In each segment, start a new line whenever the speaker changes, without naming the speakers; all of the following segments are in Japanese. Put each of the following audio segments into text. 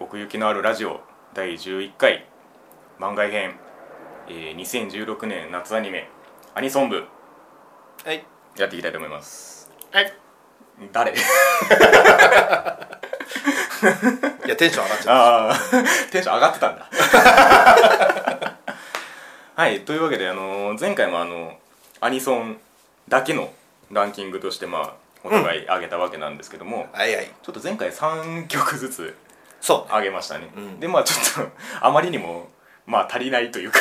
奥行きのあるラジオ第11回番外編、えー2016年夏アニメアニソン部
はい
やっていきたいと思います
はい
誰
いやテンション上がっち
あ
ゃっ
あテンション上がってたんだ はいというわけで、あのー前回もあのアニソンだけのランキングとしてまあお互い上げたわけなんですけども、
たはいはい
ちょっと前回3曲ずつ
そ
上げましたね、
うん
でまあちょっとあまりにもまあ足りないというか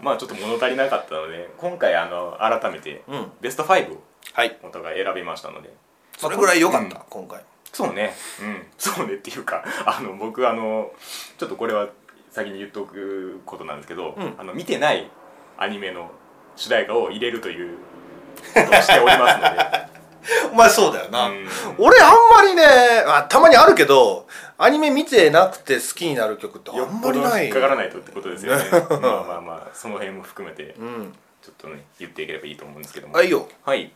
まあちょっと物足りなかったので今回あの改めて
ううん
ベスト5を
はい
お互い選びましたので
それぐらい良かっ
う
た今回
そうねうんそうねっていうかあの僕あのちょっとこれは先に言っとくことなんですけど、
うん
あの見てないアニメの主題歌を入れるということをしておりますの で
お前そうだよな
うん
俺あんまりねあたまにあるけどアニメ見てなくて好きになる曲ってあ
よ
ん
っ
ま
ぽ
り
ど
な
引
い
っかからないとってことですよねまあまあまあその辺も含めて
うん
ちょっとね言っていければいいと思うんですけども
はいよ
はい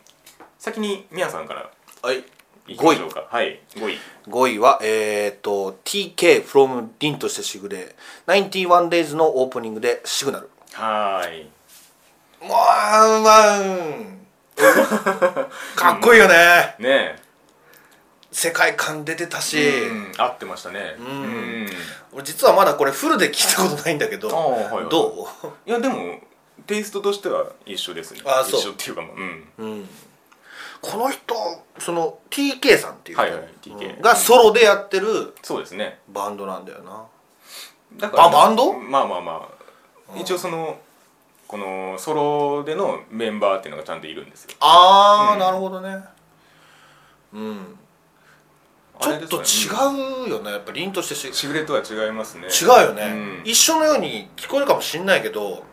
先にみやさんから
はい
いきましょうかはい5位
5位はえー、っと TK from 凛としてしぐれ 91days のオープニングでシグナル
はーい
もうまんかっこいいよね
ね
世界観出てたし、
え、うん、合ってましたねうん
俺実はまだこれフルで聞いたことないんだけど
ああはいはい
ど
いやでもテイストとしては一緒ですね
あそう
一緒っていうかまあうん
う、うん、この人その TK さんっていう人、
はいはい TK
うんがソロでやってる
そうですね
バンドなんだよな
だから
あバンド
まあまあまあ一応そのこのソロでのメンバーっていうのがちゃんといるんですよ
ああ、
うん
なるほどねうんちょっと
う
違うよねやっぱ凛としてし違
しぐれとは違いますね
うよね、
うん
一緒のように聞こえるかもしんないけど、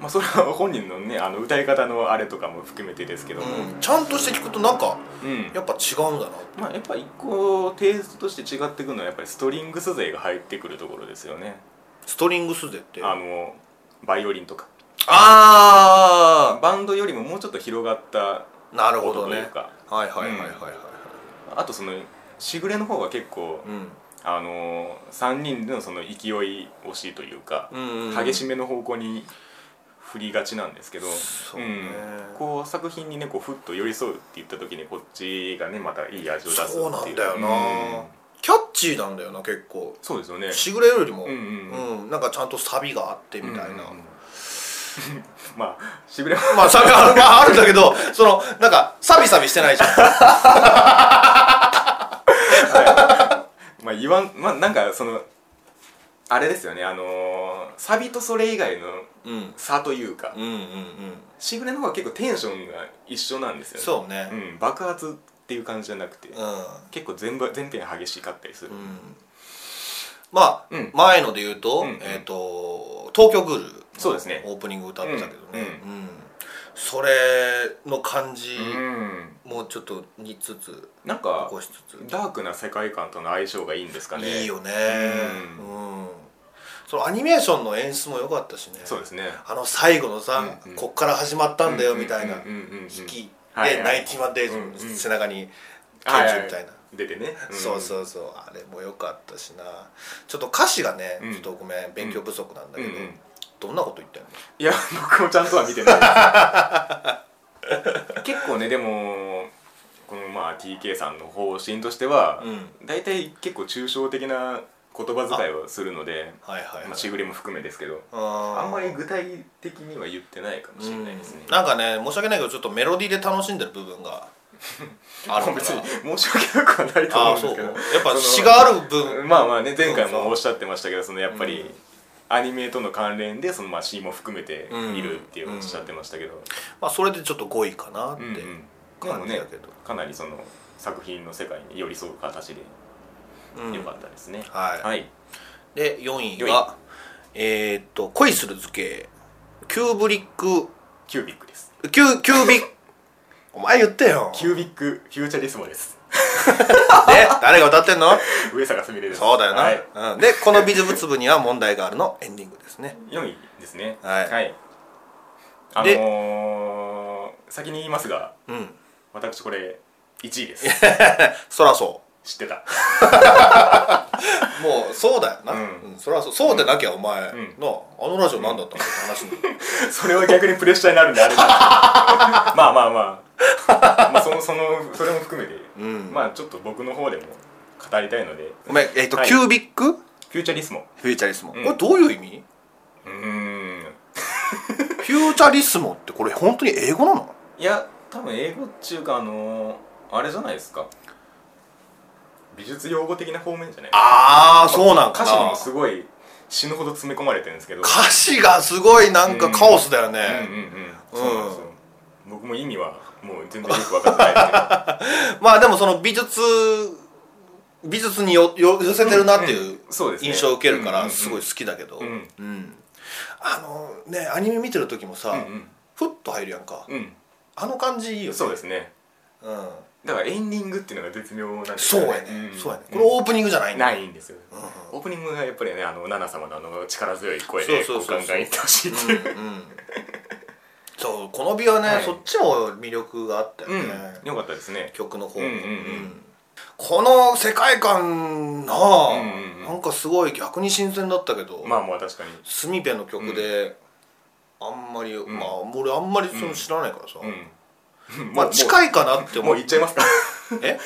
まあ、それは本人のねあの歌い方のあれとかも含めてですけども、
うん、ちゃんとして聞くとなんか
うん
やっぱ違うんだな
まあ、やっぱ一個テイストとして違ってくるのはやっぱりストリングス勢が入ってくるところですよね
ストリングスでって
あのバイオリンとか
あ
バンドよりももうちょっと広がった
ーなるほ
音
ど
という
ね
か、
はいはいはいはいはいはい、
あとそのしぐれの方が結構、
うん
あの3人でのその勢い惜しいというか、激し
め
めの方向に振りがちなんですけど
そうね
んこう作品にねこうふっと寄り添うって言った時にこっちがねまたいい味を出すっていう
そうなんだよな、
うん
キャッチーなんだよな結構
そうですよね
しぐれよりも、
うんうんう
うんなんかちゃんとサビがあってみた
う
いな、
んうんうん まあしぐれは
まあサビは、まあ、あるんだけど そのなんかサビサビしてないじゃん
まあ言わんまあなんかそのあれですよねあのーサビとそれ以外の
うんうん
差というか、
うんうん
しぐれの方が結構テンションが一緒なんですよね
そうね
ん、爆発っていう感じじゃなくて、
うん、
結構全部全編激しかったりする、
うんまあ、
うん
前ので言うと,、
うんうん
えー、と東京グールの
そうですね
オープニング歌ってたけどね、
う
うんそれの感じ、
うん
もうちょっと似つつ
なんか
残しつつ
ダークな世界観との相性がいいんですかね
いいよね
う
うん、そのアニメーションの演出も良かったしね
そうですね
あの最後のさ、
うんうん
こっから始まったんだよみたいな
うんうんうんうんうん
引き
はい
で「
は
ナ
い
インティワンデイズ」
うんうん
背中に
は
拳
い
銃みたいな、
はい出てね、
そう
う
そうそうあれも良かったしなちょっと歌詞がね、
うん
ちょっとごめん勉強不足なんだけど、
うんうん
どんなこと言ったの
んいや 僕もちゃんとは見てない です結構ねでもこのまあ TK さんの方針としては、
う
大体結構抽象的な言葉遣いをするので
はいはいはい、
まあ、しぐれも含めですけど
あ
あんまり
グ
具体的には言ってないかもしれないですね、
なんかね申し訳ないけどちょっとメロディーで楽しんでる部分が
ま あ
あるから
別に申し訳なくはないと
あ
思
あ
うんです
そう
け
や
ど
っぱ
そ
詩
の
がある分
まあまあね前回
そうそ
も
う
おっしゃってましたけどそのやっぱり、
うん
アニメとの関連でそのまあ詩も含めて
うん
見るっていうおっしゃってましたけど、
まあそれでちょっと5位かなって
うんうんでも
感じ
ね
だけど、
かなりその作品の世界に寄り添う形で
うん
良かったですね、
はい
はい、
で4位がえーっと恋する図形キューブリック
キュービックです
キューキュービック お前言ってよ
キュービックフューチャリスモです
で誰が歌ってんの
上坂すみれです
そうだよな、
はい、
うん、でこの美術部には問題があるのエンディングですね
4位ですね
はい
あ
で
のー、先に言いますが
うん
私これ1位です
そらそ
知ってた
うそうそうだよな、う
うんん
それはそうそうでなきゃお前、な
ん
ああのラジオ何だったのって話に なる
それは逆にプレッシャーになるんであ れだまあまあまあまあそのそのそれも含めて、
ん
まあちょっと僕の方でも語りたいので
ごめんえっ、と、
はい
キュービック
フューチャリスモ
フューチャリスモ、
うん
これどういう意味
うーん
フューチャリスモってこれ本当に英語なの
いや多分英語っていうかあのーあれじゃないですか美術用語的な方面じゃない
ああそうなんか
歌
な
詞にもすごい死ぬほど詰め込まれてるんですけど
歌詞がすごいなんかカオスだよね、
うんうんうんそうなんですよ、僕も意味はもう全然よく分かってないですけど
ま あでもその美術美術によよ寄せてるなっていう
うんそうですね
印象を受けるか
うんうん
ら
うん
すごい好きだけど、
うん
あのねアニメ見てる時もさ、
うん
ふっと入るやんか、
うん、
あの感じい
う
いよ
ん、
ね
そうですね
うん、
だからエンディングっていうのが絶妙なんです
そう
よ
や
ね
ね、
ん
そうやねこれオープニングじゃないんだ
ないんですよ、オープニングがやっぱりねあのナナ様のあの力強い声で
そう
こ
そう
う
そう
ガンガ
そう
ンいってほしいってい
うん
う
うんそうこの美はね、
はい
そっちも魅力があったよね、
うん、よかったですね
曲の方も、
うんうんうん
この世界観なあ、
うんうんうん
なんかすごい逆に新鮮だったけど、
まあまあ確かに
スミペの曲で、あんまり、まあ俺あんまりその知らないからさ、
うん
まあ
い
近いかなって
も
思
う
う
言っちゃいますか
え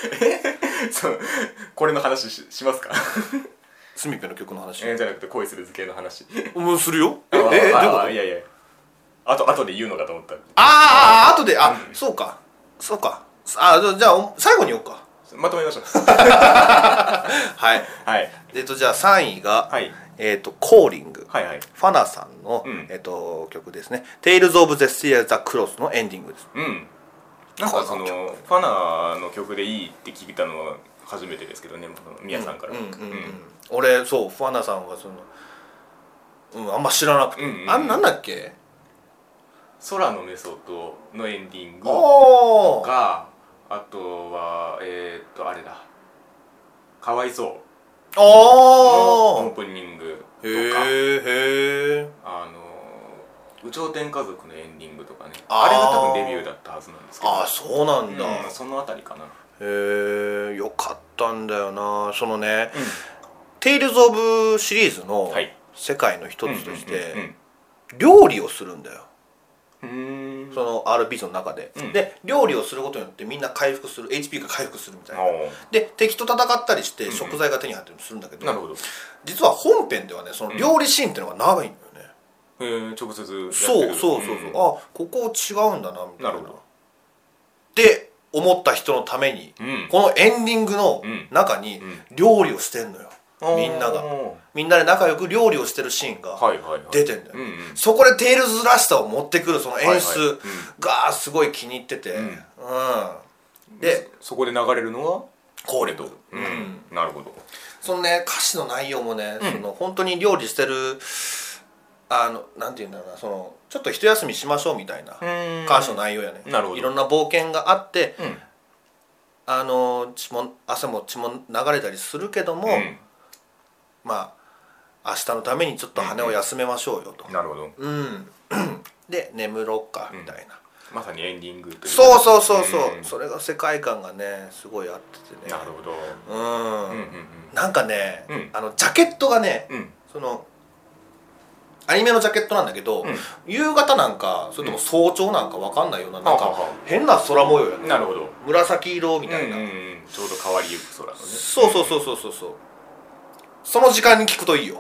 そうこれの話しします か
スミペの曲の話、
えーじゃなくて恋する図形の話
もうするよええ
あ
えどういうこ
あ
と
あいやいやあと後で言うのかと思った
あーあーあー後であ、そうかそうかあーじゃあじゃあお最後に言おうか
まとめ ましょう
はい
はい
えっとじゃあ3位が、
はい
えっと「コーリング」
はいはい
ファナさんの、
うん
えっと曲ですね「Tales of the Sea the Cross」のエンディングです
うんなんかそのファナの曲でいいって聞いたのは初めてですけどね宮さんから
う
は
んうんうんう
うんん
俺そうファナさんはその、うん、あんま知らなくて、
うんうんうん
あんなんだっけ
空のメソッドのエンディング
おー
があとはえー、っとあれだかわいそうのオー
おー
プニングと
へ
か
えへえ
あの有頂天家族のエンディングとかね
あー
あれが多分デビューだったはずなんですけど
ああそうなんだ、
うんそのあたりかな
へえよかったんだよなそのね
うん
「テイルズ・オブ」シリーズの
はい
世界の一つとして
う
料理をするんだよ
んうんうん
その RPG の中で、
うん
で料理をすることによってみんな回復する HP が回復するみたいな
おー
で敵と戦ったりし
うん
て
うん
食材が手に入ったりもするんだけど,、
なるほどへ
実は本編ではねその料理シーンっていうのが長いんだよね、
え直接やってる
そうそうそうそう、
ん
あここ違うんだなみたい
な
な
るほど
って思った人のために、
うん
このエンディングの
うん
中に
うん
料理をしてんのよ、
あー
みんなが
は
みんなで仲良く料理をしてるシーンが、
いはいはい
出てんだよ
うんうん
そこでテイルズらしさを持ってくるその演
はいはいうん
出がすごい気に入ってて、うん
ん
で
そこで流れるのは
コーレ
と
と、
うん、なるほど
そのね歌詞の内容もね、
うん
その本当に料理してるあのなんて言うんだろうなそのちょっと一休みしましょうみたいな
うん
歌詞の内容やね、
なるほど
いろんな冒険があって
うん
あの血も汗も血も流れたりするけど
う
も、まあ明日のためにちょっと羽を休めましょうよと
ん、、なるほど
うんで眠ろっかみたいな、
まさにエンディングという
そうそうそうそう、
ん
それが世界観がねすごいあっててね
なるほど
うん、
うんうん
なんかね、
うん
あのジャケットがね、
うんうん
そのアニメのジャケットなんだけど、
ん
夕方なんかそれとも早朝なんかわかんないような,、
ん
なん
はは
か
は
変な空模様やね
なるほど
紫色み
うんう
たいな、
んうんちょうど変わりゆく空のね
そうそうそうそうそうそうその時間に聞くといいよ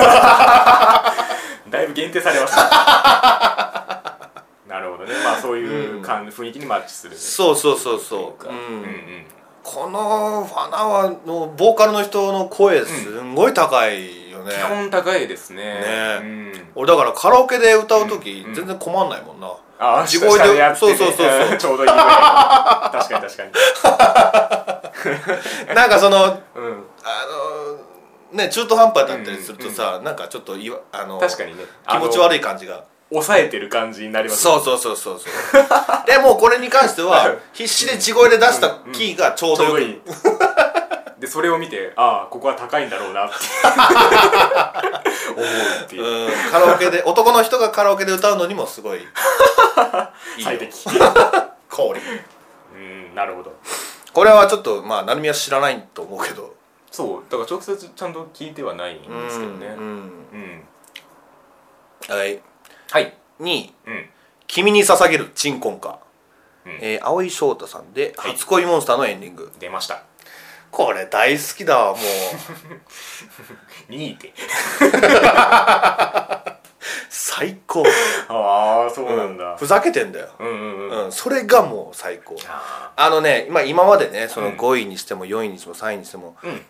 だいぶ限定されました なるほどねまあそういう感じ、雰囲気にマッチする
そうそうそうそ
という
う、
か
うん
うん
このファナワのボーカルの人の声すんごい高いよね、
基本高いですね
ね
うん、
俺だからカラオケで歌う時、
うんうん
全然困んないもんな、
ああ
地声で
やって、ね、
そうそうそうそ
ちょうどいいぐらいの確かに確かに
なんかその
うん
あのね中途半端だったりするとさ、なんかちょっといわあの
確かにね
気持ち
い
悪い感じが
抑えてる感じになりますね
そうそうそうそう そうでもうこれに関しては必死で地声で出したキーがちょう
ち
ど
ょうど
よく
いいでそれを見てああここは高いんだろうなって思うっていう、
うんカラ オケで男の人がカラオケで歌うのにもすごいいいよ
最適
氷
うんなるほど
これはちょっとまあ成宮知らないと思うけど
そうだから直接ちゃんと聞いてはないんですけどね
う
うん、
んはい
はい
2位
うん
「君に捧げる鎮魂歌」
うん
えー蒼井翔太さんで「
はい
初恋モンスター」のエンディング、
出ました
これ大好きだわ もう
2位って
最高
ああそうなんだ
ふざけてんだよ、
うんうんうん、
うん、それがもう最高
あ
あのね今今までねその
うん
5位にしても4位にしても3位にしても、
ーうん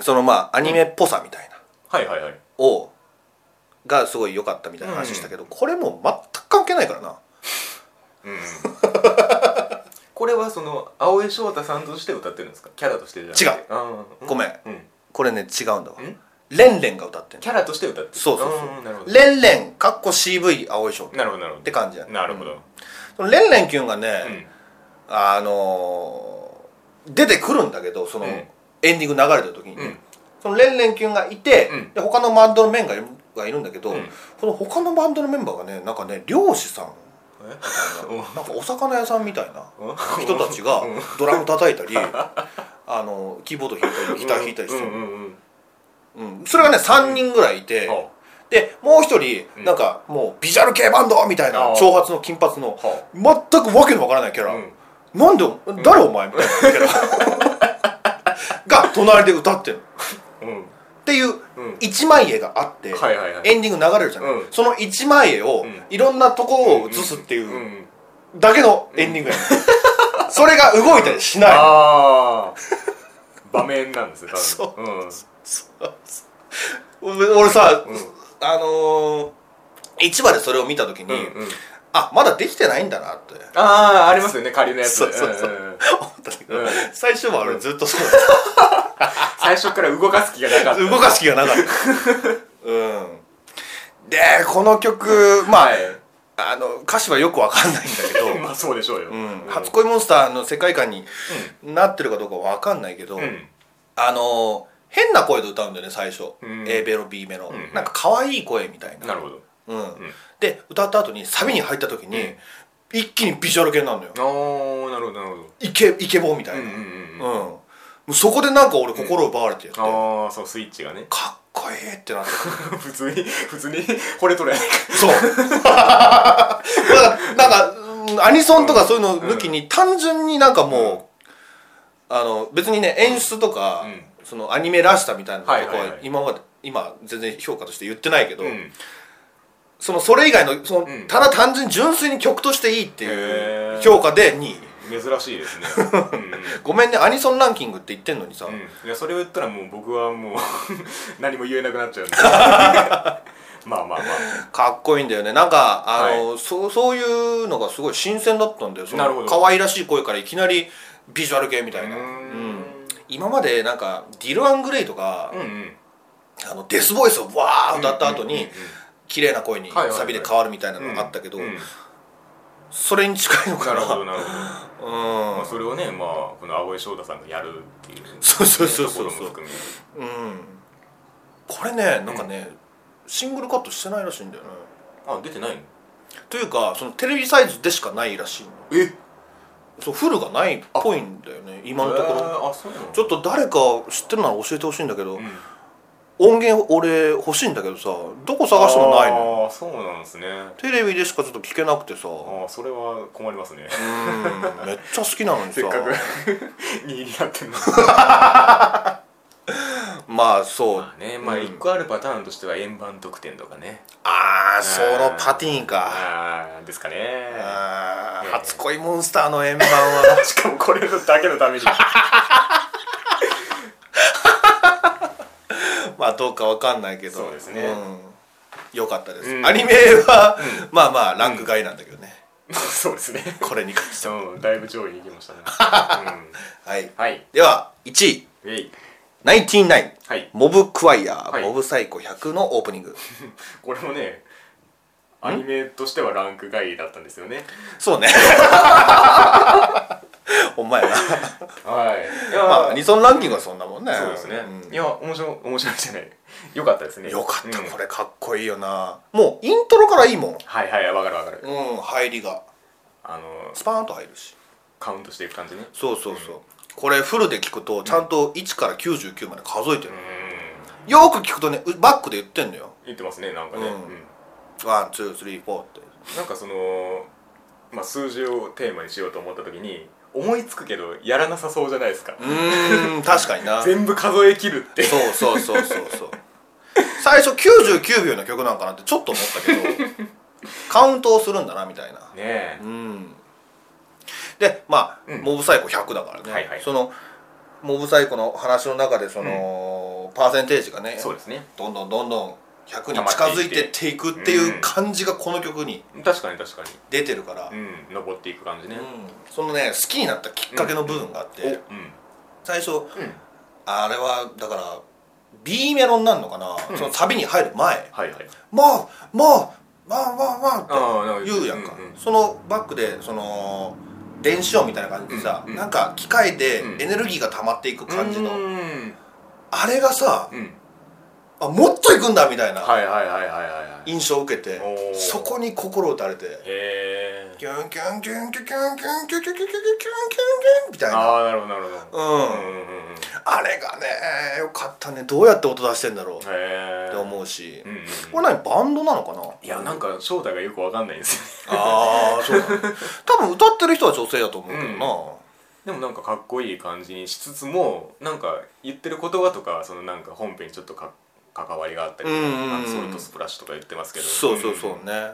そのまあアニメっぽさみたいな、
はいはいはい
をがすごい良かったみたいな話したけど、これもう全く関係ないからな
うんうんこれはその青江翔太さんとして歌ってるんですかキャラとしてじゃなくてあー
ごめん
うん、うん、
これね違うんだわ
ん
レンレンが歌ってんの
キャラとして歌ってる
そうそう
あーなるほ
そう
ど
レンレンかっこ CV 青いショー
なるほどなるほど
って感じやね
なるほど、
うんそのレンレンきゅんが
う
ね、
ん
あのー出てくるんだけどその、
うん
エンディング流れてる時に、
うん
そのレンレンきゅんがいて、
うん
で他のバンドのメンバーがいるがいるんだけど、
うん
この他のバンドのメンバーがねなんかね漁師さん
え
なんかお魚屋さんみたいな
うん
人たちがドラム叩いた りあのキーボード弾いたりギター弾いたりして
うん
る、
うんうん
うん、それがね3人ぐらいいて、
は
でもう一人、
うん
なんかもうビジュアル系バンドみたいな
あー
長髪の金髪の
あは
全くわけのわからないキャ
あ
ラ、
うん
なんで誰お前みたいなキャラ が隣で歌ってる
うん
っていう
うん
一枚絵があって、
はいはいはい
エンディング流れるじゃない、
うん
その一枚絵を
うん
いろんなところを映すって
うん
いう
うん
だけのエンディングやね、それが動いたりしない
ああ 場面なんですよ多分
そう
うん
俺俺さ、
うん
あのー、市場でそれを見た時に、
うんうん
あまだできてないんだなって
ああありますよね仮のやつ
そうそうそう
うんうん
思ったんだけど、
うん
最初は俺ずっとそう
最初から動かす気がなかった
動かす気がなかったうんでこの曲まあ,、
はい
あの歌詞はよくわかんないんだ けど、
まあそうでしょうよ
うん
うん
初恋モンスターの世界観になってるかどうかわかんないけど、
うん
あのー変な声で歌うんだよね最初、
うん
A メロ B メロ、
ん
なんか可愛い声みたいな
なるほど
うんで歌った後にサビに入った時に、
うん
一気にビジュアル系になるのよ
ああなるほどなるほど
イケイケボーみた
う
い
ん
な、
う
うん
んうん
もうそこでなんか俺心奪われてやって、かっ
ああそうスイッチが ね
こいいってなって
普通に普通に惚れとるやないか
そう なんかなんかうんアニソンとかそういうの抜きに単純になんかもう、あの別にね演出とか、
うん
そのアニメらしさみたいなとこ
はいはいは
はい今まで、今全然評価として言ってないけど、
うん
そのそれ以外のその、
うん
ただ単純に純粋に曲としていいって
へ
いう
ー
評価で2位
珍しいですねうんうん
ごめんねアニソンランキングって言ってんのにさ、
うんいやそれを言ったらもう僕はもう 何も言えなくなっちゃうんで まあまあまあ
かっこいいんだよねなんかあの、そうそういうのがすごい新鮮だったんだよそ
なるほ
の
ど
可愛らしい声からいきなりビジュアル系みたいな、
うーん
今までなんかディル・アングレイとか、
うんうん
あのデスボイスをわー歌った後に、
うん
綺麗な声に
はいはいはい
サビで変わるみたいな
うんう
の
ん
があったけど、
うん
それに近いのか
な
な
るほどなるほど
うん
まあ、それをね、まあ、この青江翔太さんがやるっていう、
そうそうそうそ
と
う
ころも含め
うんこれねなんかね、シングルカットしてないらしいんだよね
あ出てないの
というかそのテレビサイズでしかないらしいの
え
そうフルがないっぽいんだよね今のところ、
ろあそうなの
ちょっと誰か知ってるなら教えてほしいんだけど、
うん
音源俺欲しいんだけどさどこ探してもないのよ
ああそうなんですねあ
テレビでしかちょっと聞けなくてさうん
あそれは困り ますね
めっちゃ好きなのにさ
せっかく2位になってるの
まあそう
まあねまあ
うん
一個あるパターンとしては円盤得点とかね
あーそのパティンか
ああですかね
あー
ええ
初恋モンスターの円 盤は
しかもこれだけのため に
まあどうかわかんないけど
そうですね
うんよかったです、
うん
アニメは、まあまあランク外なんだけどね、
そうですね
これに関しては
うんだいぶ上位に行きましたね、 うん
はい
はい
では1位
えい
ナインティナイン
はい
モブクワイヤー、
はい
モブサイコ100のオープニ ング
これもねアニメとしてはランク外だったんですよね
そう ねほんまやな
はいい
ま
や、
あアニソンランキングはそんなもんね
そうですね、いや面白面白いじゃないよかったです
うん
ね
よかった、
うん
これかっこいいよなもうイントロからいいもん
はいはいわかるわかる
うん入りが
あの
スパーンと入るし
カウントしていく感じね
そうそうそう、これフルで聞くとちゃんと1から99まで数えてる、よく聞くとねうバックで言ってんのよ
言ってますねなんかね、
うん
うん
ワンツースリーフォーって
なんかその、まあ、数字をテーマにしようと思った時に思いつくけどやらなさそうじゃないですか、
うーん 確かになそう
全部数え切るって
そうそうそうそう最初99秒の曲なんかなってちょっと思ったけ どカウントをするんだなみたいな
ねえ
うんでまあ、
うん
モブサイコ100だからね、
はいはい
そのモブサイコの話の中でその、パーセンテージがね
そうですね
どんどんどんどん100に近づいてっていくっていう感じがこの曲に
確かに確かに
出てるから、
うん登っていく感じね、
うんそのね好きになったきっかけの部分があって、
おうん
最初、あれはだから B メロになるのかな、
うん
そのサビに入る前
はいはい
「まあまあまあまあまあ」って
ああなんか
言うやんか、
うんうん
そのバックでその電子音みたいな感じでさ、
うんうん
なんか機械で
うん
エネルギーが溜まっていく感じの、
うん
あれがさ
うん
あもっといくんだみたいな
はいはいはいはいはいはいへ
印象を受けて、
おー
そこに心打たれて
え
キュンキュンキュンキュンキュンキュンキュンキュンキュンキュンキュンキュンキュンみたいな
ああなるほどなるほど
うん
うんうんうんうんへ
あれがねよかったねどうやって音出してんだろうっ
え
て
う
思うし、
んうんうん
これ何バンドなのかない
やなんか正体がよくわかんないんですよ
ああそうだ、ね、多分歌ってる人は女性だと思うけどな、
でもなんかかっこいい感じにしつつもなんか言ってる言葉とかそのなんか本編にちょっとか関わりがあったりと
うんうんうん
かあのソルトスプラッシュとか言ってますけど
そうそうそうね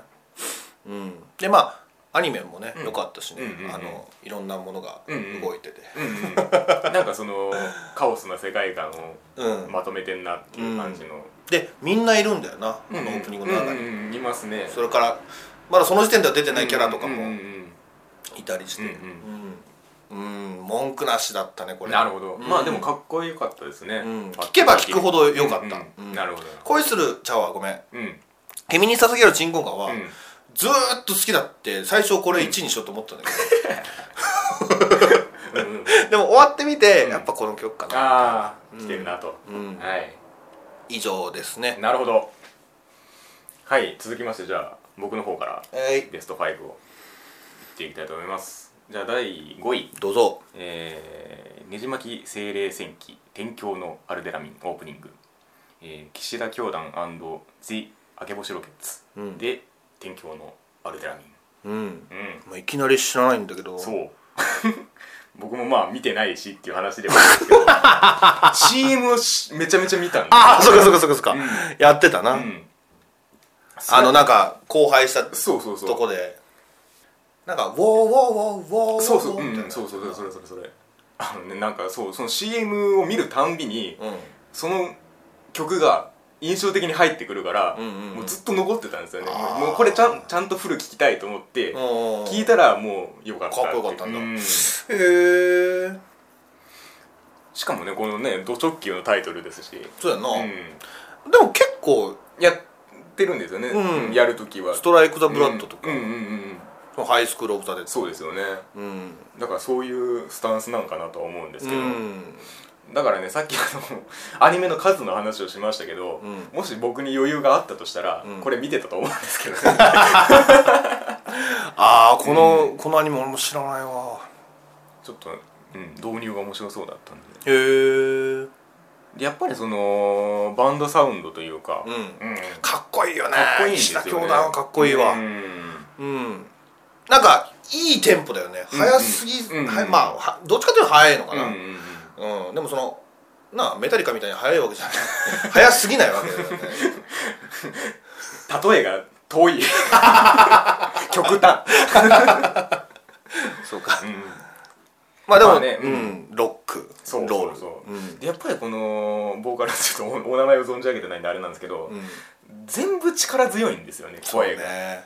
うんでまあアニメもね
うん
良かったしね、
うんうんうん
あのいろんなものが
うんうん
動いてて
うんうんなんかそのカオスな世界観を
うん、
まとめてんなっていう感じの、
でみんないるんだよな、こ
うん
のオープニングの中に、
うんうんうんいますね
それからまだその時点では出てないキャラとか
うんうん
も
うん
いたりして
うん
うん、うん文句なしだったねこ
うん
れ
なるほど、
うん
まあでもかっこよかったですね、
うん聞けば聞くほど良かった
うんうん
うん
なるほど
恋する茶はごめん
うん、うん
君に捧げるチンコンガは、ずーっと好きだって最初これ1にしようと思ったんだ け
うんうん、
ど、でも終わってみて、
うん
やっぱこの曲かな
ああ来てるなと、
うん
はい
以上ですね
なるほどはい続きましてじゃあ僕の方から
はい
ベスト5をいっていきたいと思いますじゃあ第5位
どうぞ
えー、ねじ巻き精霊戦記天狂のアルデラミンオープニング、えー、岸田教団 &The 明け星ロケッツ
うん
で天狂のアルデラミン、
うん
うん、
まあ、いきなり知らないんだけど
そう 僕もまあ見てないしっていう話ではあるん ですけど CM をしめちゃめちゃ見たんで
ああそっかそっかそっかそっか、
うん
やってたな、
うん、
あのなんか荒廃した
そうそうそう
とこでなんか「ウォーウォーウォーウォーウォー」
そうそう、うん
みたいな
そうそうそれそれそれあのねなんかそうその CM を見るたんびに、
うん
その曲が印象的に入ってくるから、
うんうんうん
もうずっと残ってたんですよね
あー
もうこれちゃんちゃんとフル聴きたいと思って、
うん
聞いたらもうよかったて
かっこよかったんだ
うし
へえ
かもねこのね「ド直球」のタイトルですし、
そうやな、
うん、
でも結構
やってるんですよね、
うん
やるときは
「ストライク・ザ・ブラッド」とか
うん、うんうんうん
「そのハイスクール・オブ・ザ・デッド」
そうですよね
うん
だからそういうスタンスなんかなとは思うんです
う
けど、
ん
だからねさっきあの アニメの数の話をしましたけど、
うん
もし僕に余裕があったとしたら、
うん
これ見てたと思うんですけどね
ああこの、このアニメ俺も知らないわ
ちょっと、うん、導入が面白そうだったんで
へえ
でやっぱりそのバンドサウンドというか、
うん
うんか
かっこいいよね
っこいいんです
石
よ
田
ね
教団はかっこいいわ
うん
うん、なんかいいテンポだよね、
うん
早すぎ、
うん
はまあはどっちかというと早いのか
うんう
な、
んうん
うんでもそのなあメタリカみたいに早いわけじゃない 早すぎないわけだ よね
例えが遠 い極端、
そうか
うん
まあでも、
まあね
う
うんん
ロック
そう
ロー
そ
ル
うそう、
うん
でやっぱりこのボーカルちょっとおお名前を存じ上げてないんであれなんですけど、
うん
全部力強いんですよね
そう
声が
ね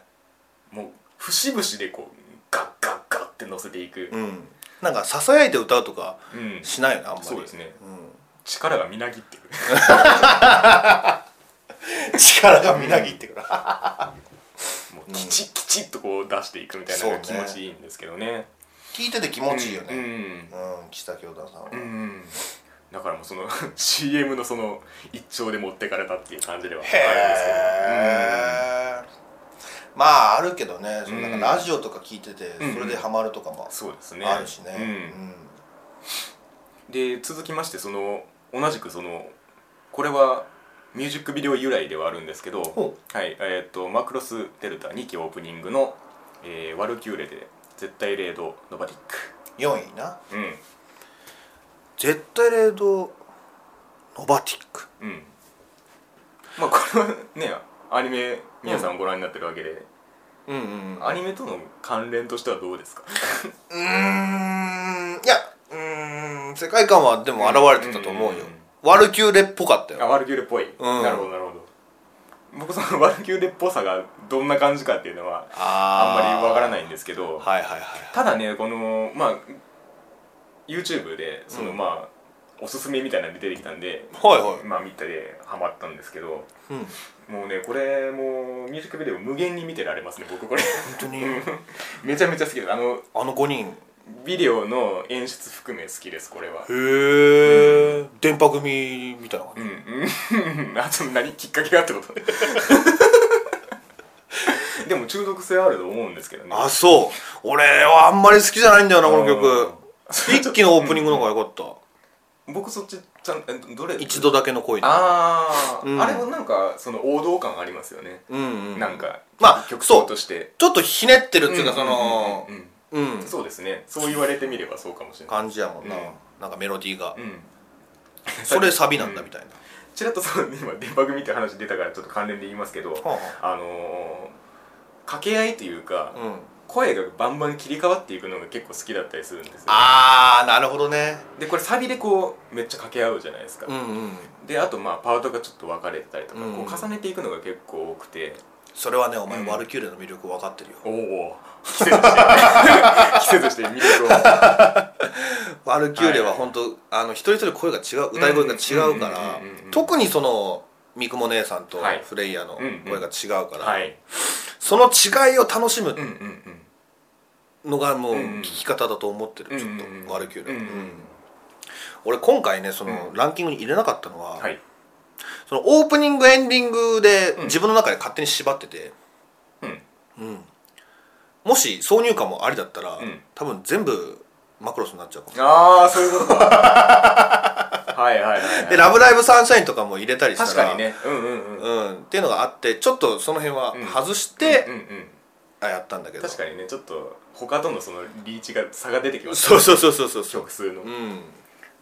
もう節々でこうガッガッガッって乗せていく
う、んなんかささやいて歌うとか
うん
しないよねあんまり
そうですね
う
力がみなぎって くる
ん、力がみなぎってくる
もうきちっきちっとこう出していくみたいなのが気持ちいいんですけどね
聞いてて気持ちいいよね
ね
うん、岸田教団さんは
うん、うんだからもうその CM のその一丁で持ってかれたっていう感じではあるんです
へえまああるけどねそのなんか
うん
ラジオとか聞いてて
うん
それでハマるとかも
けど、うん、そうですね
あるしね、うん
うんで続きましてその同じくそのこれはミュージックビデオ由来ではあるんですけど、
ほ
はいえー、とマクロス・デルタ2期オープニングの「えーワルキューレ」で「絶対レード・ノバティック
4位な」
うん
絶対レードノバティック
うんまあこれはねアニメ皆さんご覧になってるわけで、
うんうん
アニメとの関連としてはどうですか
うーんいやうーん世界観はでも現れてたと思うよ、
うんうんうん
ワルキューレっぽかった
あ
よ
ワルキューレっぽい、
うん
なるほどなるほど僕そのワルキューレっぽさがどんな感じかっていうのはあんまりわからないいんですけど
はいはいはい
ただねこのまあ YouTube でその、
うん
まあおすすめみたいなの出てきたんで
はいはい
まあ見たでハマったんですけど
うん本
もうねこれもうミュージックビデオ無限に見てられますね僕これ
当に
めちゃめちゃ好きですあの
あの5人
ビデオの演出含め好きですこれは
へえ電波組みたいな感
う
じ、
んうん あと何きっかけがってこと でも中毒性あると思うんですけどね
あそう俺はあんまり好きじゃないんだよなこの
う
曲
ん
一期のオープニングの方が良かった、
僕そっちちゃんえどどれ
一度だけの恋だ
ああ、
うん
あれもなんかその王道感ありますよね、
うんうん
なんか、
まあ
曲
そ
調
う
として
ちょっとひねってるっていうか
ん
その
うんうん
うん
うんそうですねそう言われてみればそうかもしれない
感じやもんな、
うん
なんかメロディーが、
うん
それサビなんだみたいな、
ちらっとその今電波組って話出たからちょっと関連で言いますけど、
は
あのー掛け合いというか、
あはあうん、
声がバンバン切り替わっていくのが結構好きだったりするんですよ
あーなるほどね
でこれサビでこうめっちゃ掛け合うじゃないですか、
うんうん
であとまあパートがちょっと分かれてたりとか、
うん
こう重ねていくのが結構多くて
それはねお前、
うん
ワルキューレの魅力分かってるよ
おお季節して 季節して魅力を
ワルキューレは
はい
本当、あの一人一人声が違う歌い声が違うから
うんうんうんうんうん
特にその三雲姉さんと
はい
フレイヤーの声が違うから、
はい
その違いを楽しむ
うんうんうん
のがもう
うんうん
聞き方だと思ってる、
うんうん
ちょ
うん
っとワルキューレ、
うんうん
俺今回ねその、
う
ランキングに入れなかったのは、
はい
そのオープニングエンディングで
うん
自分の中で勝手に縛ってて
うん
うんもし挿入歌もありだったら、
うん
多分全部マクロスになっちゃうかも
ああそういうこと かはいはいはい、
で「ラブライブサンシャイン」とかも入れたりしたら
確かにねうんうんうん
うん、っていうのがあってちょっとその辺は
うん
外して、
うんうん
あやったんだけど
確かにねちょっと他とのそのリーチが差が出てきます
そうそうそうそうそうそう
曲数の
うん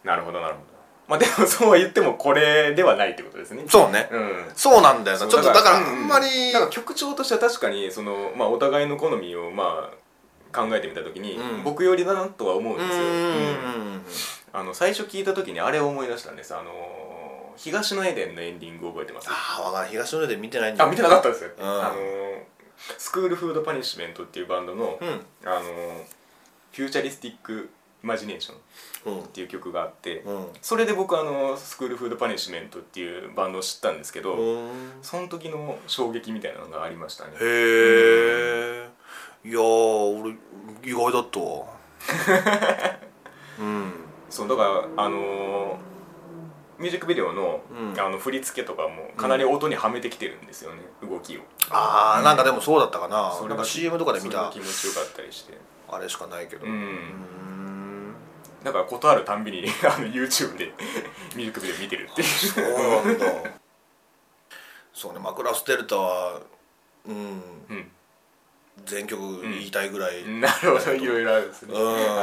なるほどなるほどまあでもそうは言ってもこれではないってことですね
そうね、
うん
そうなんだよな
そう
ちょっとだからあ
うん
まり
だから曲調としては確かにその、まあ、お互いの好みをまあ考えてみた時に、
うん
僕よりだなとは思うん
う
ですよ、うん
ん
あの最初聞いた時にあれを思い出したんですあのー東のエデン」のエンディング覚えてます
ああわからん東野で見てないんだ
あ見てなかったですよ、
うん
あのースクールフードパニッシュメントっていうバンドの、
うん
あのーフューチャリスティック・イマジネーションっ
うん
ていう曲があって、
うん
それで僕あのスクールフードパニッシュメントっていうバンドを知ったんですけど、
うん
その時の衝撃みたいなのがありましたね
へえいやー俺意外だったわうん
そうだからあのーミュージックビデオの,、
うん
あの振り付けとかもかなり音にはめてきてるんですよね、動きを
ああなんかでもそうだったかな
それ
なん
が
か CM とかで見
そ
た
れが気持ちよかったりして
あれしかないけど
うん、
うん
だからことあるたんびに あの YouTube で ミュージックビデオ見てるっていう
そうなんだそうねマクラス・デルタはうん全曲言いたいぐらい、う
うんんなるほどいろいろあるんですねは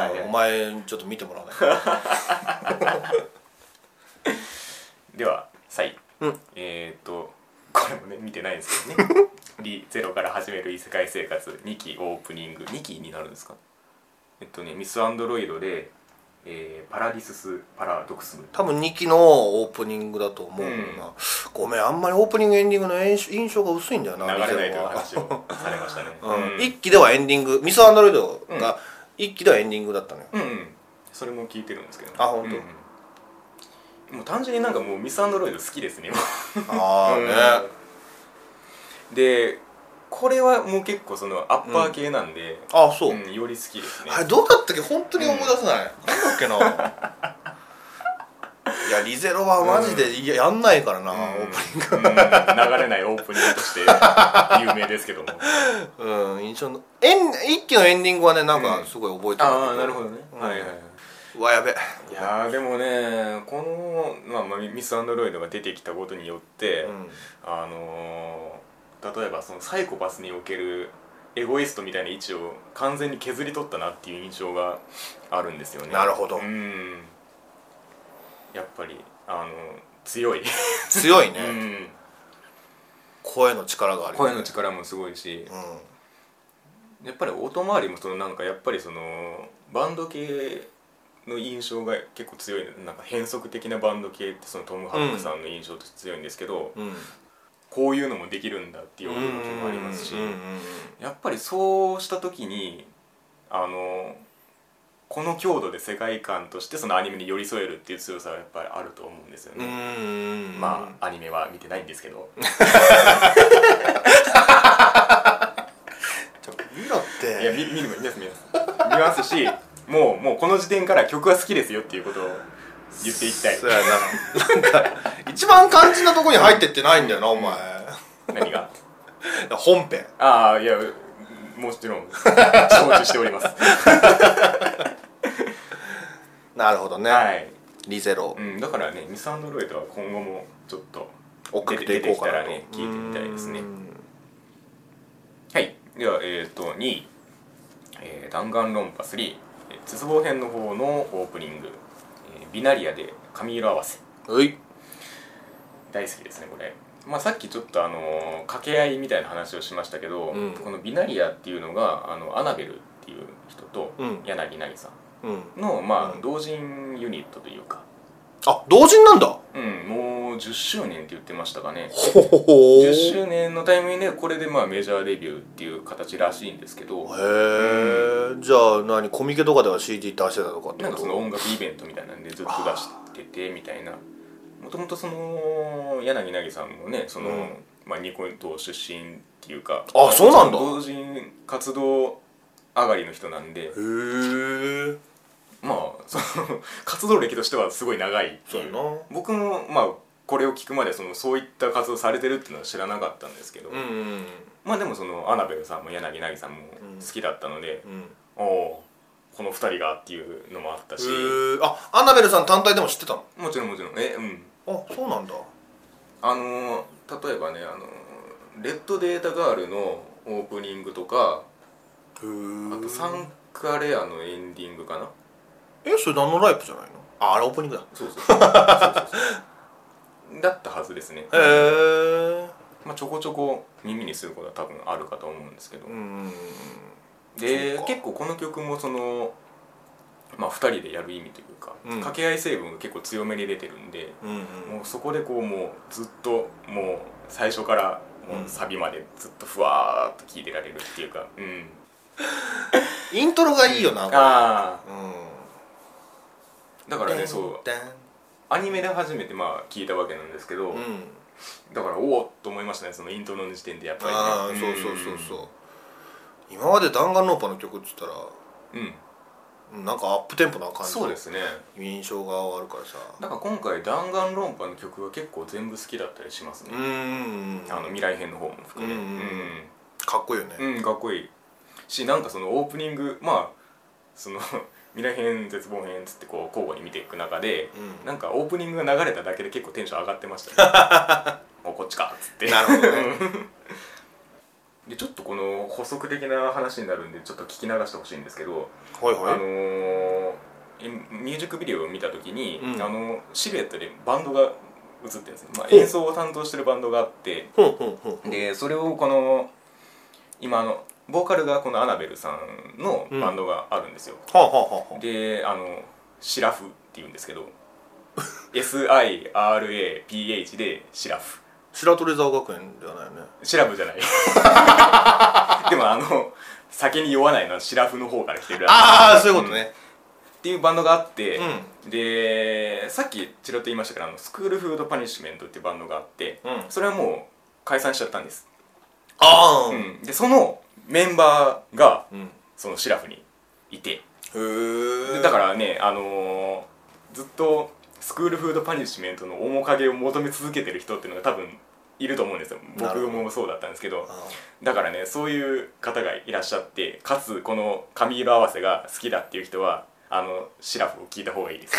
いはい
お前ちょっと見てもらわないか
では最後、
うん
えー、とこれもね見てないんですけどね 「リゼロから始める異世界生活」2期オープニング2期になるんですかえっとねミス・アンドロイドで、えーパラディスス・パラドクスム
多分2期のオープニングだと思うな、
うん
ごめんあんまりオープニングエンディングの演出印象が薄いんだよ
流
な
れないという
は、
話をされましたね
うん
うん
1期ではエンディングミス・アンドロイドが1期ではエンディングだったのよ、
うんうんそれも聞いてるんですけど、
あほんと
ううんもう単純になんかもうミス・アンドロイド好きですねもう
ああね、
うんでこれはもう結構そのアッパー系なんで、
あそう、
うんより好きですね
あれどうだったっけ本当に思い出せない、なんだっけな いやリゼロはマジで、いややんないからな、オープ
うん流れないオープニングとして有名ですけども
ニングうん印象のエン一期のエンディングはねなん
う
か
ん
すごい覚えてるんだけど、
ね
うん
はいはいはい
うわやべ
いやーでもねこの、まあまあ、ミス・アンドロイドが出てきたことによって、
うん
あのー例えばそのサイコパスにおけるエゴイストみたいな位置を完全に削り取ったなっていう印象があるんですよね
なるほど
うんやっぱりあの強い、
強いね、
うん、
声の力があるよね
声の力もすごいし
うん
やっぱり音回りもそのなんかやっぱりそのバンド系の印象が結構強いなんか変則的なバンド系ってそのトム・ハックさんの印象として強いんですけど、
うん
こういうのもできるんだっていう驚きもありますし、
うんうんうん
やっぱりそうした時にあのこの強度で世界観としてそのアニメに寄り添えるっていう強さはやっぱりあると思うんですよ
うん
ね、
うんうん
まあアニメは見てないんですけど
見ろって
いや見見る見ます見ます見ますし もうもうこの時点から曲は好きですよっていうことを言っていきたい
そうやななんか一番肝心なとこに入ってってないんだよなお前
何が
本編
ああいやもちろん承知しており ます
なるほどね、
はい、
リゼロ
うん、だからねミス・アンドロイドは今後もちょっと
追っかけていこうかなと
出てきたらね聞いてみたいですね
うん
はい、では、えっ、と、2位、えー弾丸論破3、えー絶望編の方のオープニング、えービナリアで髪色合わせ、
うい
大好きですね、これ。まあ、さっきちょっと、あのー掛け合いみたいな話をしましたけど、
うん
このビナリアっていうのが、あのアナベルっていう人と、
うん
柳凪さ
う
ん
ん
の、まあ、
うん
同人ユニットというか、
あ同人なんだ
うん、もう10周年って言ってましたかね。
ほほほ
10周年のタイミングでこれでまあメジャーデビューっていう形らしいんですけど、
へえじゃあ何コミケとかでは CD 出してたとかって
なん
こ
か
と
その音楽イベントみたいなんでずっと出しててみたいなもともとその柳凪さんもねその、
うん
まあ、ニコン島出身っていうか
あそうなんだ
同人活動上がりの人なんで
へえ
まあその活動歴としてはすごい長いって
そう
い
や
う
な
僕もまあこれを聞くまでそのそういった活動されてるっていうのは知らなかったんですけど、
うんうん
まあでもそのアナベルさんも柳凪さんも
うん
好きだったので、
うん
おおこの2人がっていうのもあったし、
へえあアナベルさん単体でも知ってたの
もちろんもちろんえうん
あそうなんだ
あのー例えばね、あのーレッドデータガール」のオープニングとかあと「サンカレア」のエンディングかな
えそれ何のライブじゃないのああれオープニングだ
そうそうそうそうそうそう だったはずですね、
へえ
まあ、ちょこちょこ耳にすることは多分あるかと思うんですけど
うん
で
そうか
結構この曲もその、まあ、2人でやる意味というか、
うん
掛け合い成分が結構強めに出てるんで
うん
もうそこでこうもうずっともう最初からもうサビまでずっとふわーっと聴いてられるっていうかうん。
イントロがいいよなこれ
あ
う
あだか
ん
らねそうアニメで初めてまあ聞いたわけなんですけど、
うん
だからおおっと思いましたねそのイントロの時点でやっぱりね
ああそうそうそうそう今まで弾丸ローパの曲っつったら
うん、うん、
うんなんかアップテンポな感じ
そうですね
印象があるからさ
だから今回弾丸論破の曲は結構全部好きだったりします
う
ね、
ん
あの未来編の方も含め
うんかっこいいよね
うん、うんかっこいいしなんかそのオープニングまあその 未来編絶望編つってこう交互に見ていく中で、
うん
なんかオープニングが流れただけで結構テンション上がってましたね おこっちかっつって
なるほどね
でちょっとこの補足的な話になるんでちょっと聞き流してほしいんですけど、
ほ い
あの
ほい
ーえミュージックビデオを見た時に、
うん
あのシルエットでバンドが映ってるんですね、まあ、
ほう
演奏を担当してるバンドがあって
ほんほんほん
でそれをこの今あのボーカルがこのアナベルさんのバンドがあるんですよ、
はあはあはあはあ
であのシラフっていうんですけど SIRAPH でシラフ
白鳥沢学園ではないよね
シラフじゃない でもあの酒に酔わないのはシラフの方から来てるらしい
ああそういうことね
っていうバンドがあって、
う
でさっきちらっと言いましたけどあのスクールフードパニッシュメントっていうバンドがあって、
うん
それはもう解散しちゃったんです、
ああ
うんでそのメンバーが
うん
そのシラフにいて
へ
で
え
だからねあのーずっとスクールフードパニッシュメントの面影を求め続けてる人っていうのが多分いると思うんですよ
な
僕
るほど
もそうだったんですけど
あ
だからねそういう方がいらっしゃってかつこの髪色合わせが好きだっていう人はあのシラフを聞いた方がいい です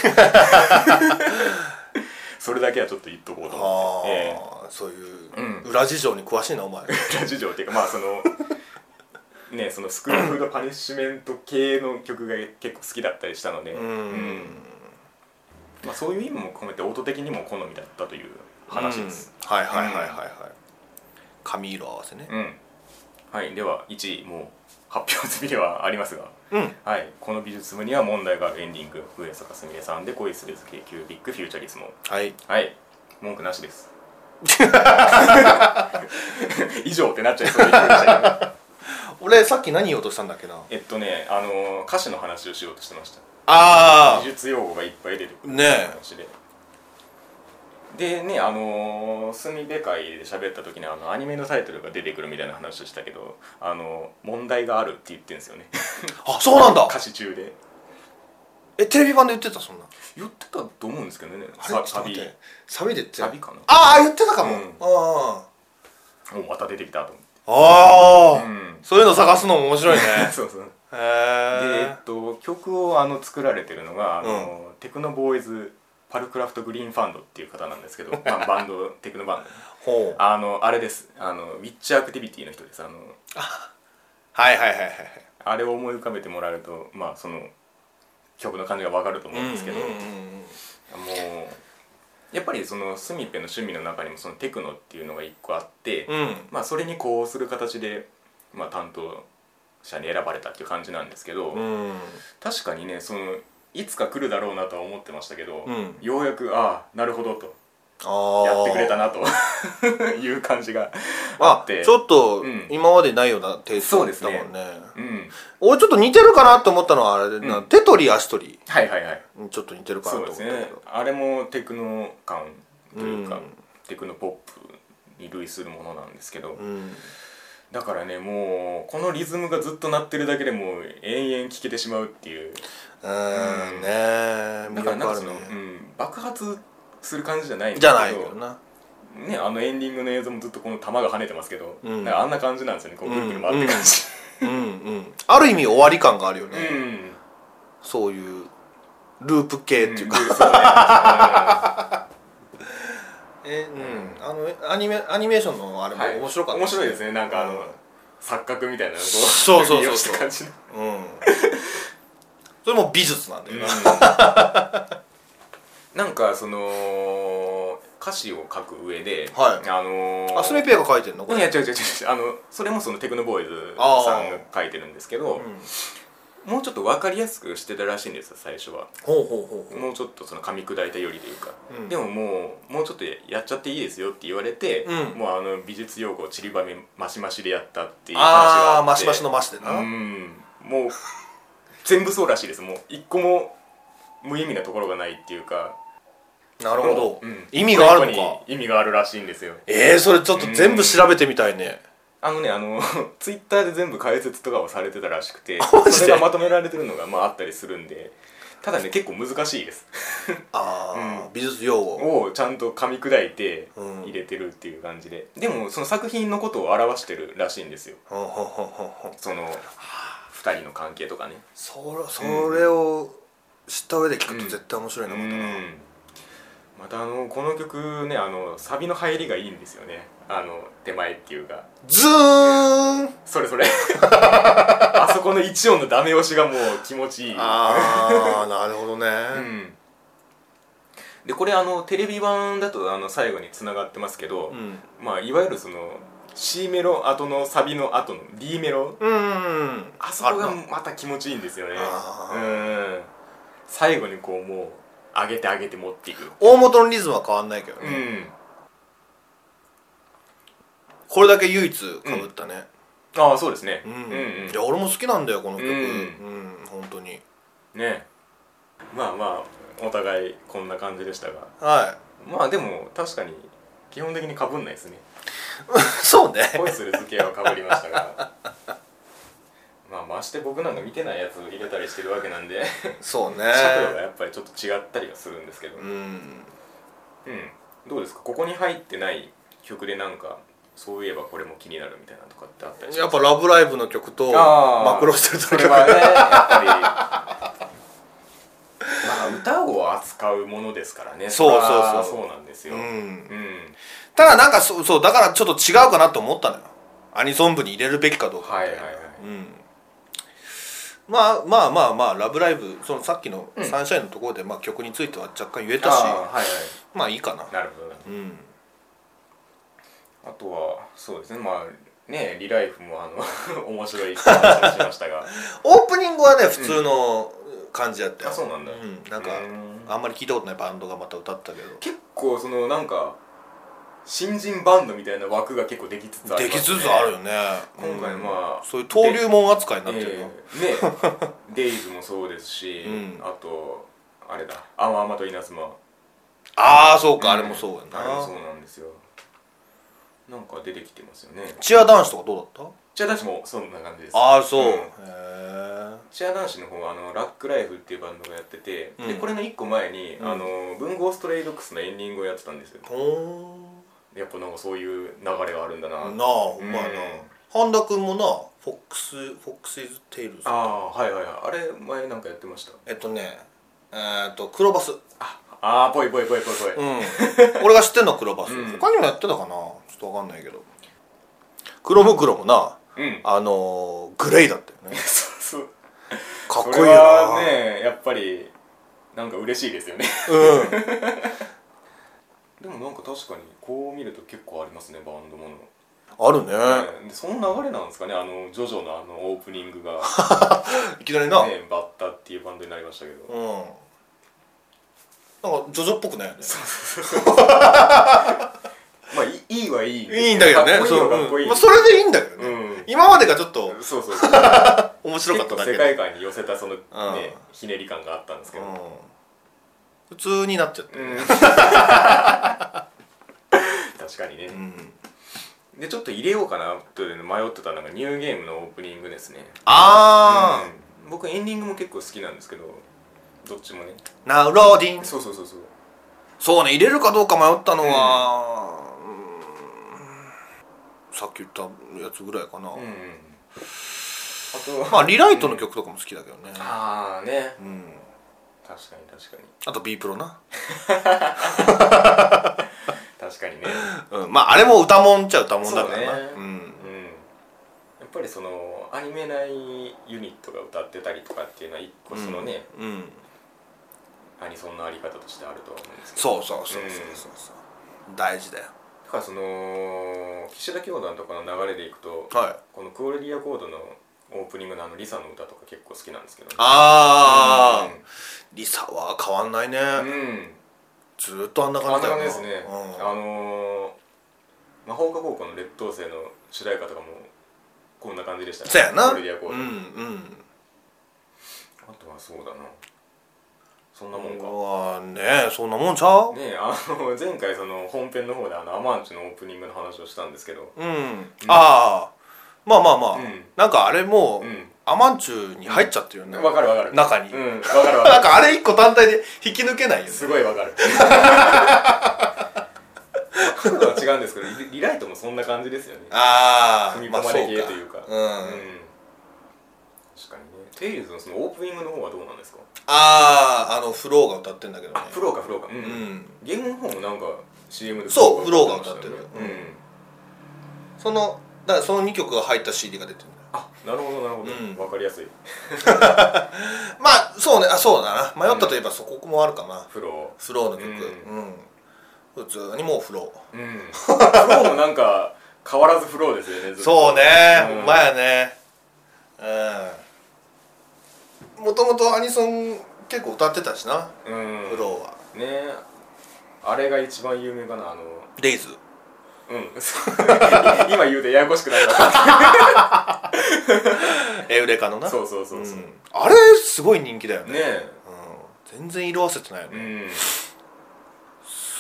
それだけはちょっと言っとこうと思っ
ああ、
て、ええ
そういう
うん
裏事情に詳しいなお前
裏事情っていうかまあそのねそのスクールフードパニッシュメント系の曲が結構好きだったりしたので、
う ん
うんまあ、そういう意味も込めて音的にも好みだったという話です、
うんはいはいはいはいはい、髪色合わせね
うんはいでは1位もう発表済みではありますが
うん
はいこの美術部には問題があるエンディング上坂すみれさんで恋する図形キュービックフューチャリスモ
はい
はい文句なしです 以上ってなっちゃい そうで言いましたけど
俺さっき何言おうとしたんだっけな
えっとね、あのー歌詞の話をしようとしてました
あ
技術用語がいっぱい出てく
あ
る
ねえ
話ででねあのースミベ会で喋った時にあのアニメのタイトルが出てくるみたいな話をしたけどあの問題があるって言ってるんですよね
あそうなんだ
歌詞中で
えテレビ版で言ってたそんな
言ってたと思うんですけどね
あれちょ
さ
っと
サ
待っ
ビ
てサビでって
サビかな
ああ言ってたかも、
うん
あ
もうまた出てきたと思って
あー、
うん
そういうの探すのも面白い ね
そうそう
へ
で、え
え
っと、曲をあの作られてるのがあの、テクノボーイズパルクラフトグリーンファンドっていう方なんですけ ど、まあ、バンドテクノバンド
ほう
あのあれですあのウィッチアクティビティの人ですあの
はいはいはいはいはい
あれを思い浮かべてもらえるとまあその曲の感じがわかると思うんですけど、
うんうんうん
もうやっぱりそのスミペの趣味の中にもそのテクノっていうのが一個あって、
うんうん
まあそれにこうする形で、まあ、担当者に選ばれたっていう感じなんですけど、
うん
確かにねそのいつか来るだろうなとは思ってましたけど、
うん
ようやくああなるほどと
ああ
やってくれたなと いう感じがあ
あ
って
ちょっと
うん
今までないようなテイス
そ
ト
う
だ
です
もん
ね
ね
うん
俺ちょっと似てるかなと思ったのはあれでな、
うん
テトリ足取り
はいはいはい
にちょっと似てるかな
そ
と
う
思
で
っ
す
たけど、
ねあれもテクノ感というか、
うん
テクノポップに類するものなんですけど、
うん
だからねもうこのリズムがずっと鳴ってるだけでもう延々聴けてしまうっていう
うーんねえ
だ
魅
からなん
力
か
ある
そ
ね
の、うん、爆発する感じじゃないん
じ
です
ゃ
け
ない
ど
よな
ね、あのエンディングの映像もずっとこの弾が跳ねてますけど、
うん
なんかあんな感じなんですよねこうぐるぐる回ってる感じ、
うんうんある意味終わり感があるよね、
うん
そういうループ系っていうか、
うんそうね
えうんあのアニメアニメーションのあれ
うん
も
はい
面白かった、
面白いですねなんかあの、
うん
錯覚みたいなのをこ
そうそうそうそう
利用 した感じの
うんそれも美術なんだよな、
なんかその歌詞を書く上で、
はい
あのー、
あスミペイが書いてんのこ
い
れ
や違う違う違うあのそれもそのテクノボーイズ
あー
さんが書いてるんですけど、
うん
もうちょっと分かりやすくしてたらしいんですよ最初は、
ほうほうほうほう
もうちょっとその噛み砕いたよりというか、
うん
でももうもうちょっとやっちゃっていいですよって言われて、
うん
もうあの美術用語をちりばめマシマシでやったっていう話があ
あ
って
あマシマシのマシでな、
うんもう全部そうらしいですもう一個も無意味なところがないっていうか
なるほど、
うん
意味があるの
一個
か
一個に意味があるらしいんですよ
えー、それちょっと全部調べてみたいね、
あのねあのツイッターで全部解説とかをされてたらしくて
マジで
それがまとめられてるのがまああったりするんでただね結構難しいです
ああ、美術用語
をちゃんと噛み砕いて
うん
入れてるっていう感じで、でもその作品のことを表してるらしいんですよ
ほんほんほんほんほん
その2人の関係とかね
それそれを知った上で聞くと絶対面白いな、またな
またあのこの曲ねあのサビの入りがいいんですよねあの手前っていうか
ズーン
それそ れあそこの一音のダメ押しがもう気持ちいい
ああなるほどね、
うんでこれあのテレビ版だとあの最後に繋がってますけど、
うん
まあいわゆるその C メロ後のサビの後の D メロ
うん
あそこ
る
が
な
また気持ちいいんですよね
あ
うん最後にこうもう上げて上げて持っていく
大元のリズムは変わんないけど
う
ね、
ん
これだけ唯一かぶったね、
ああそうですね、
うん
うんうん
いや俺も好きなんだよこの曲う
うんん、
本当に
ねまあまあお互いこんな感じでしたが
は
まあでも確かに基本的にかぶんないですね
い そうね
恋する図形はかぶりました がまあまして僕なんか見てないやつ入れたりしてるわけなんで
そうね
尺度がやっぱりちょっと違ったりはするんですけど、う
うんん
どうですかここに入ってない曲でなんかそういえばこれも気になるみたいなとかってあったりし
や
ま
っ
す
ぱ「ラブライブ!」の曲と「
あー
マクロステル」
そ
の
れ
曲
はねやっぱ歌を扱うものですからね
そうそうそう
れはそうなんですよ、
う
うん
んただなんかそうそうだからちょっと違うかなと思ったのよアニソン部に入れるべきかどうかみ
はい
た
はいいは
な、
い、
うんまあまあまあまあ「ラブライブ」そのさっきの「サンシャイン」のところで、まあ、曲については若干言え
あ
たし
あはいはい
まあいいかな
なるほど
うん
あとはそうですねまあねリライフもあの 面白い話をしましたが
オープニングはね普通の感じだったよ、
あそうなんだ
うん、なんか
うん
あんまり聞いたことないバンドがまた歌ったけど
結構そのなんか新人バンドみたいな枠が結構できつつあり
で
ます、
き
ね、
つつあるよね
今回
うん
まあ
そういう登竜門扱いになってる
ええ
よ、
ね デイズもそうですし、
うん
あとあれだ「あまあまと稲妻」
ああそうか、あれもそうや
あれもそう
な
なんですよなんか出てきてますよね
チア男子とかどうだっ
チア男子もそんな感じです
たああそう、
うん
へえ
チア男子の方はあのラックライフっていうバンドがやってて、
うん
でこれの1個前に、
うん
あの文豪ストレイドックスのエンディングをやってたんですよ
ほ
やっぱなんかそういう流れがあるんだな
ーんなあほんまや
う
な、
ん
半田君もなフォックスフォックスイズ・テイルズ
ああはいはいはいあれ前なんかやってました
えっとねえーっと黒バス
ああぽいぽいぽいぽいぽい、
うん俺が知ってんのは黒バス、
うん
他にもやってたかなちょっとわかんないけど黒袋もな
うん、
あのー、グレイだったよね
そうそう
かっこいい
そ
よ
れ
な
はねやっぱりなんか嬉しいですよね
うん
でもなんか確かにこう見ると結構ありますねバンドもの、
あるね、
ねでその流れなんですかねあのジョジョのあのオープニングが、ね、
いきなりな、
バッタっていうバンドになりましたけど
うんなんかジョジョっぽくないよね
まあいいいいはいいです
いいんだけどね
かっこいいはかっこ
そ
い
ううん
い
まあ、それでいいんだけどね、
うん
今までがちょっと
そうそう
面
結
白かった
構
だけ
世界観に寄せたそのね
うん
ひねり感があったんですけ
う
ど
ん、普通になっちゃって、
うん確かにね、
うん、
でちょっと入れようかなというの迷ってたのがニューゲームのオープニングですね
ああ、
うん僕エンディングも結構好きなんですけどどっちもね
なローディン
そうそうそうそう
そうね入れるかどうか迷ったのは、うんさっき言ったやつぐらいかな、
うんうんあと
まあリライトの曲とかも好きだけどね、
ああね
うん、
確かに確かに
あと B プロな、
確かに ね
うん、まああれも歌もんっちゃ歌もんだから
そう
な
ね
うん
うんやっぱりそのアニメ内ユニットが歌ってたりとかっていうのは一個そのね、
うん、
アニソンのあり方としてあるとは思うんですけど
そうそうそうそうそうそう、大事だよ
だからその岸田教団とかの流れでいくと
はい
このクオリティアコードのオープニングのあのリサの歌とか結構好きなんですけど、ね、
ああ、リサは変わんないね、
うん、うん
ずーっとあんな
あ
感
ん
じ
な
だよ
感じ
な
ですね、あのー、魔法科高校の劣等生の主題歌とかもこんな感じでした
うん、そうやな
コルディアコー
う
ド、
んう
あ
ん
とはそうだなそんなもん
う
か
わねえそんなもんちゃう、
ねえあの 前回その本編の方であのアマンチュのオープニングの話をしたんですけど
うんああまあまあまあ、
うん
なんかあれもう、
うん
アマンチュに入っちゃってるよね、
わかるわかる
中に
うんわかるわか
なん
る
かあれ一個単体で引き抜けないよね
すごいわかる角度は違うんですけどリリライトもそんな感じですよね
あ
組
あ
み
まあ
込
そ
ま
う
れ
か
系というか
うん、
うん確かにねテイルズのそのオープニングの方はどうなんですか
あああのフローが歌ってんだけどね
あフローかフローかうん、
うん
ゲームの方もなんか CM で
そう
ましたよね
フローが歌ってるそのだからその2曲が入った CD が出てるんだよ
うんなるほどなるほど、
うん
わかりやすい
まあそうねあそうだな迷ったといえばそこもあるかな、
フロ
フローの
う
曲、うん普通にもうフロ
ーうんフローもなんか変わらずフローですよねずっ
ー
と
そうね
うん
ほんまやねうんもともとアニソン結構歌ってたしな、
うん
フローは
ねあれが一番有名かなあの
レイ ズ
うんそう 今言うとややこしくなるか
エウレカの な
らそうそうそうそう、
うんあれすごい人気だよね
ねえ
うん、全然色あせてないよ
う
ね、
ん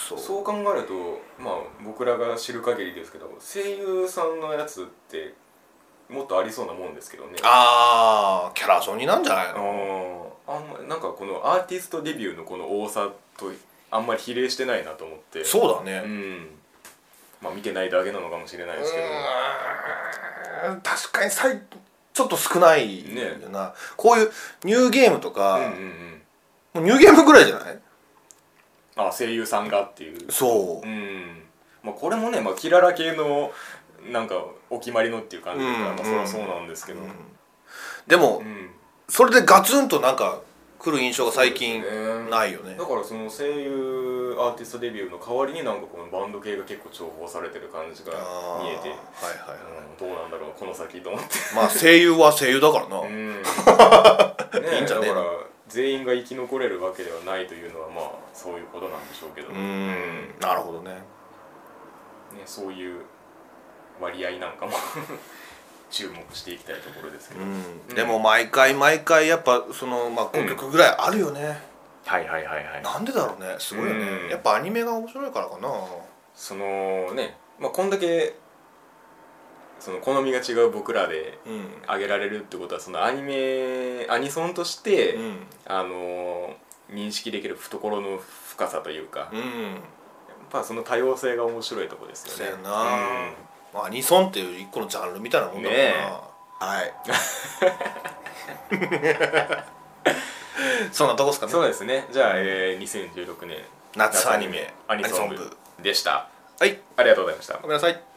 そう
そう考えるとまあ僕らが知る限りですけど声優さんのやつってもっとありそうなもんですけどね
ああキャラソニなんじゃない
あ
の
ーあんまなんかこのアーティストデビューのこの多さとあんまり比例してないなと思って
そうだね、
んまあ見てないだけなのかもしれないですけど
うーん確かにさいちょっと少ないよな、こういうニューゲームとか、
うんうんうん
もうニューゲームぐらいじゃない
あ声優さんがっていう
そうう、
ん、まあ、これもね、まあ、キララ系のなんかお決まりのっていう感じだから、
うん
まあ、それはそうなんですけど、
う
うんん
でもそれでガツンとなんか来る印象が最近ないよね
だからその声優アーティストデビューの代わりになんかこのバンド系が結構重宝されてる感じが
あー
見えて、
はいはいはい
うんどうなんだろうこの先と思って
まあ声優は声優だからな、
うんね
いいんじゃねえ
だ
の
から全員が生き残れるわけではないというのはまあそういうことなんでしょうけど、
う
ね、
んなるほどね
そういう割合なんかも 注目していきたいところですけど、
うんでも毎回毎回やっぱそのまあ5曲ぐらいあるよね、
はいはいはいはい
なんでだろうねすごいよね、
うん
やっぱアニメが面白いからかな
そのね、まあ、こんだけその好みが違う僕らで
うん
挙げられるってことはそのアニメアニソンとして、
うん
あのー認識できる懐の深さというか、やっ
うん
ぱその多様性が面白いとこですよね
そうやな、まあ、アニソンっていう一個のジャンルみたいなもんだもんな、
ねえ
はい そんなとこですか
うん
ね
そうですねじゃあ、えー2016年
夏アニメ
アニソン
アニソン
部でした
はい
ありがとうございました
ごめんなさい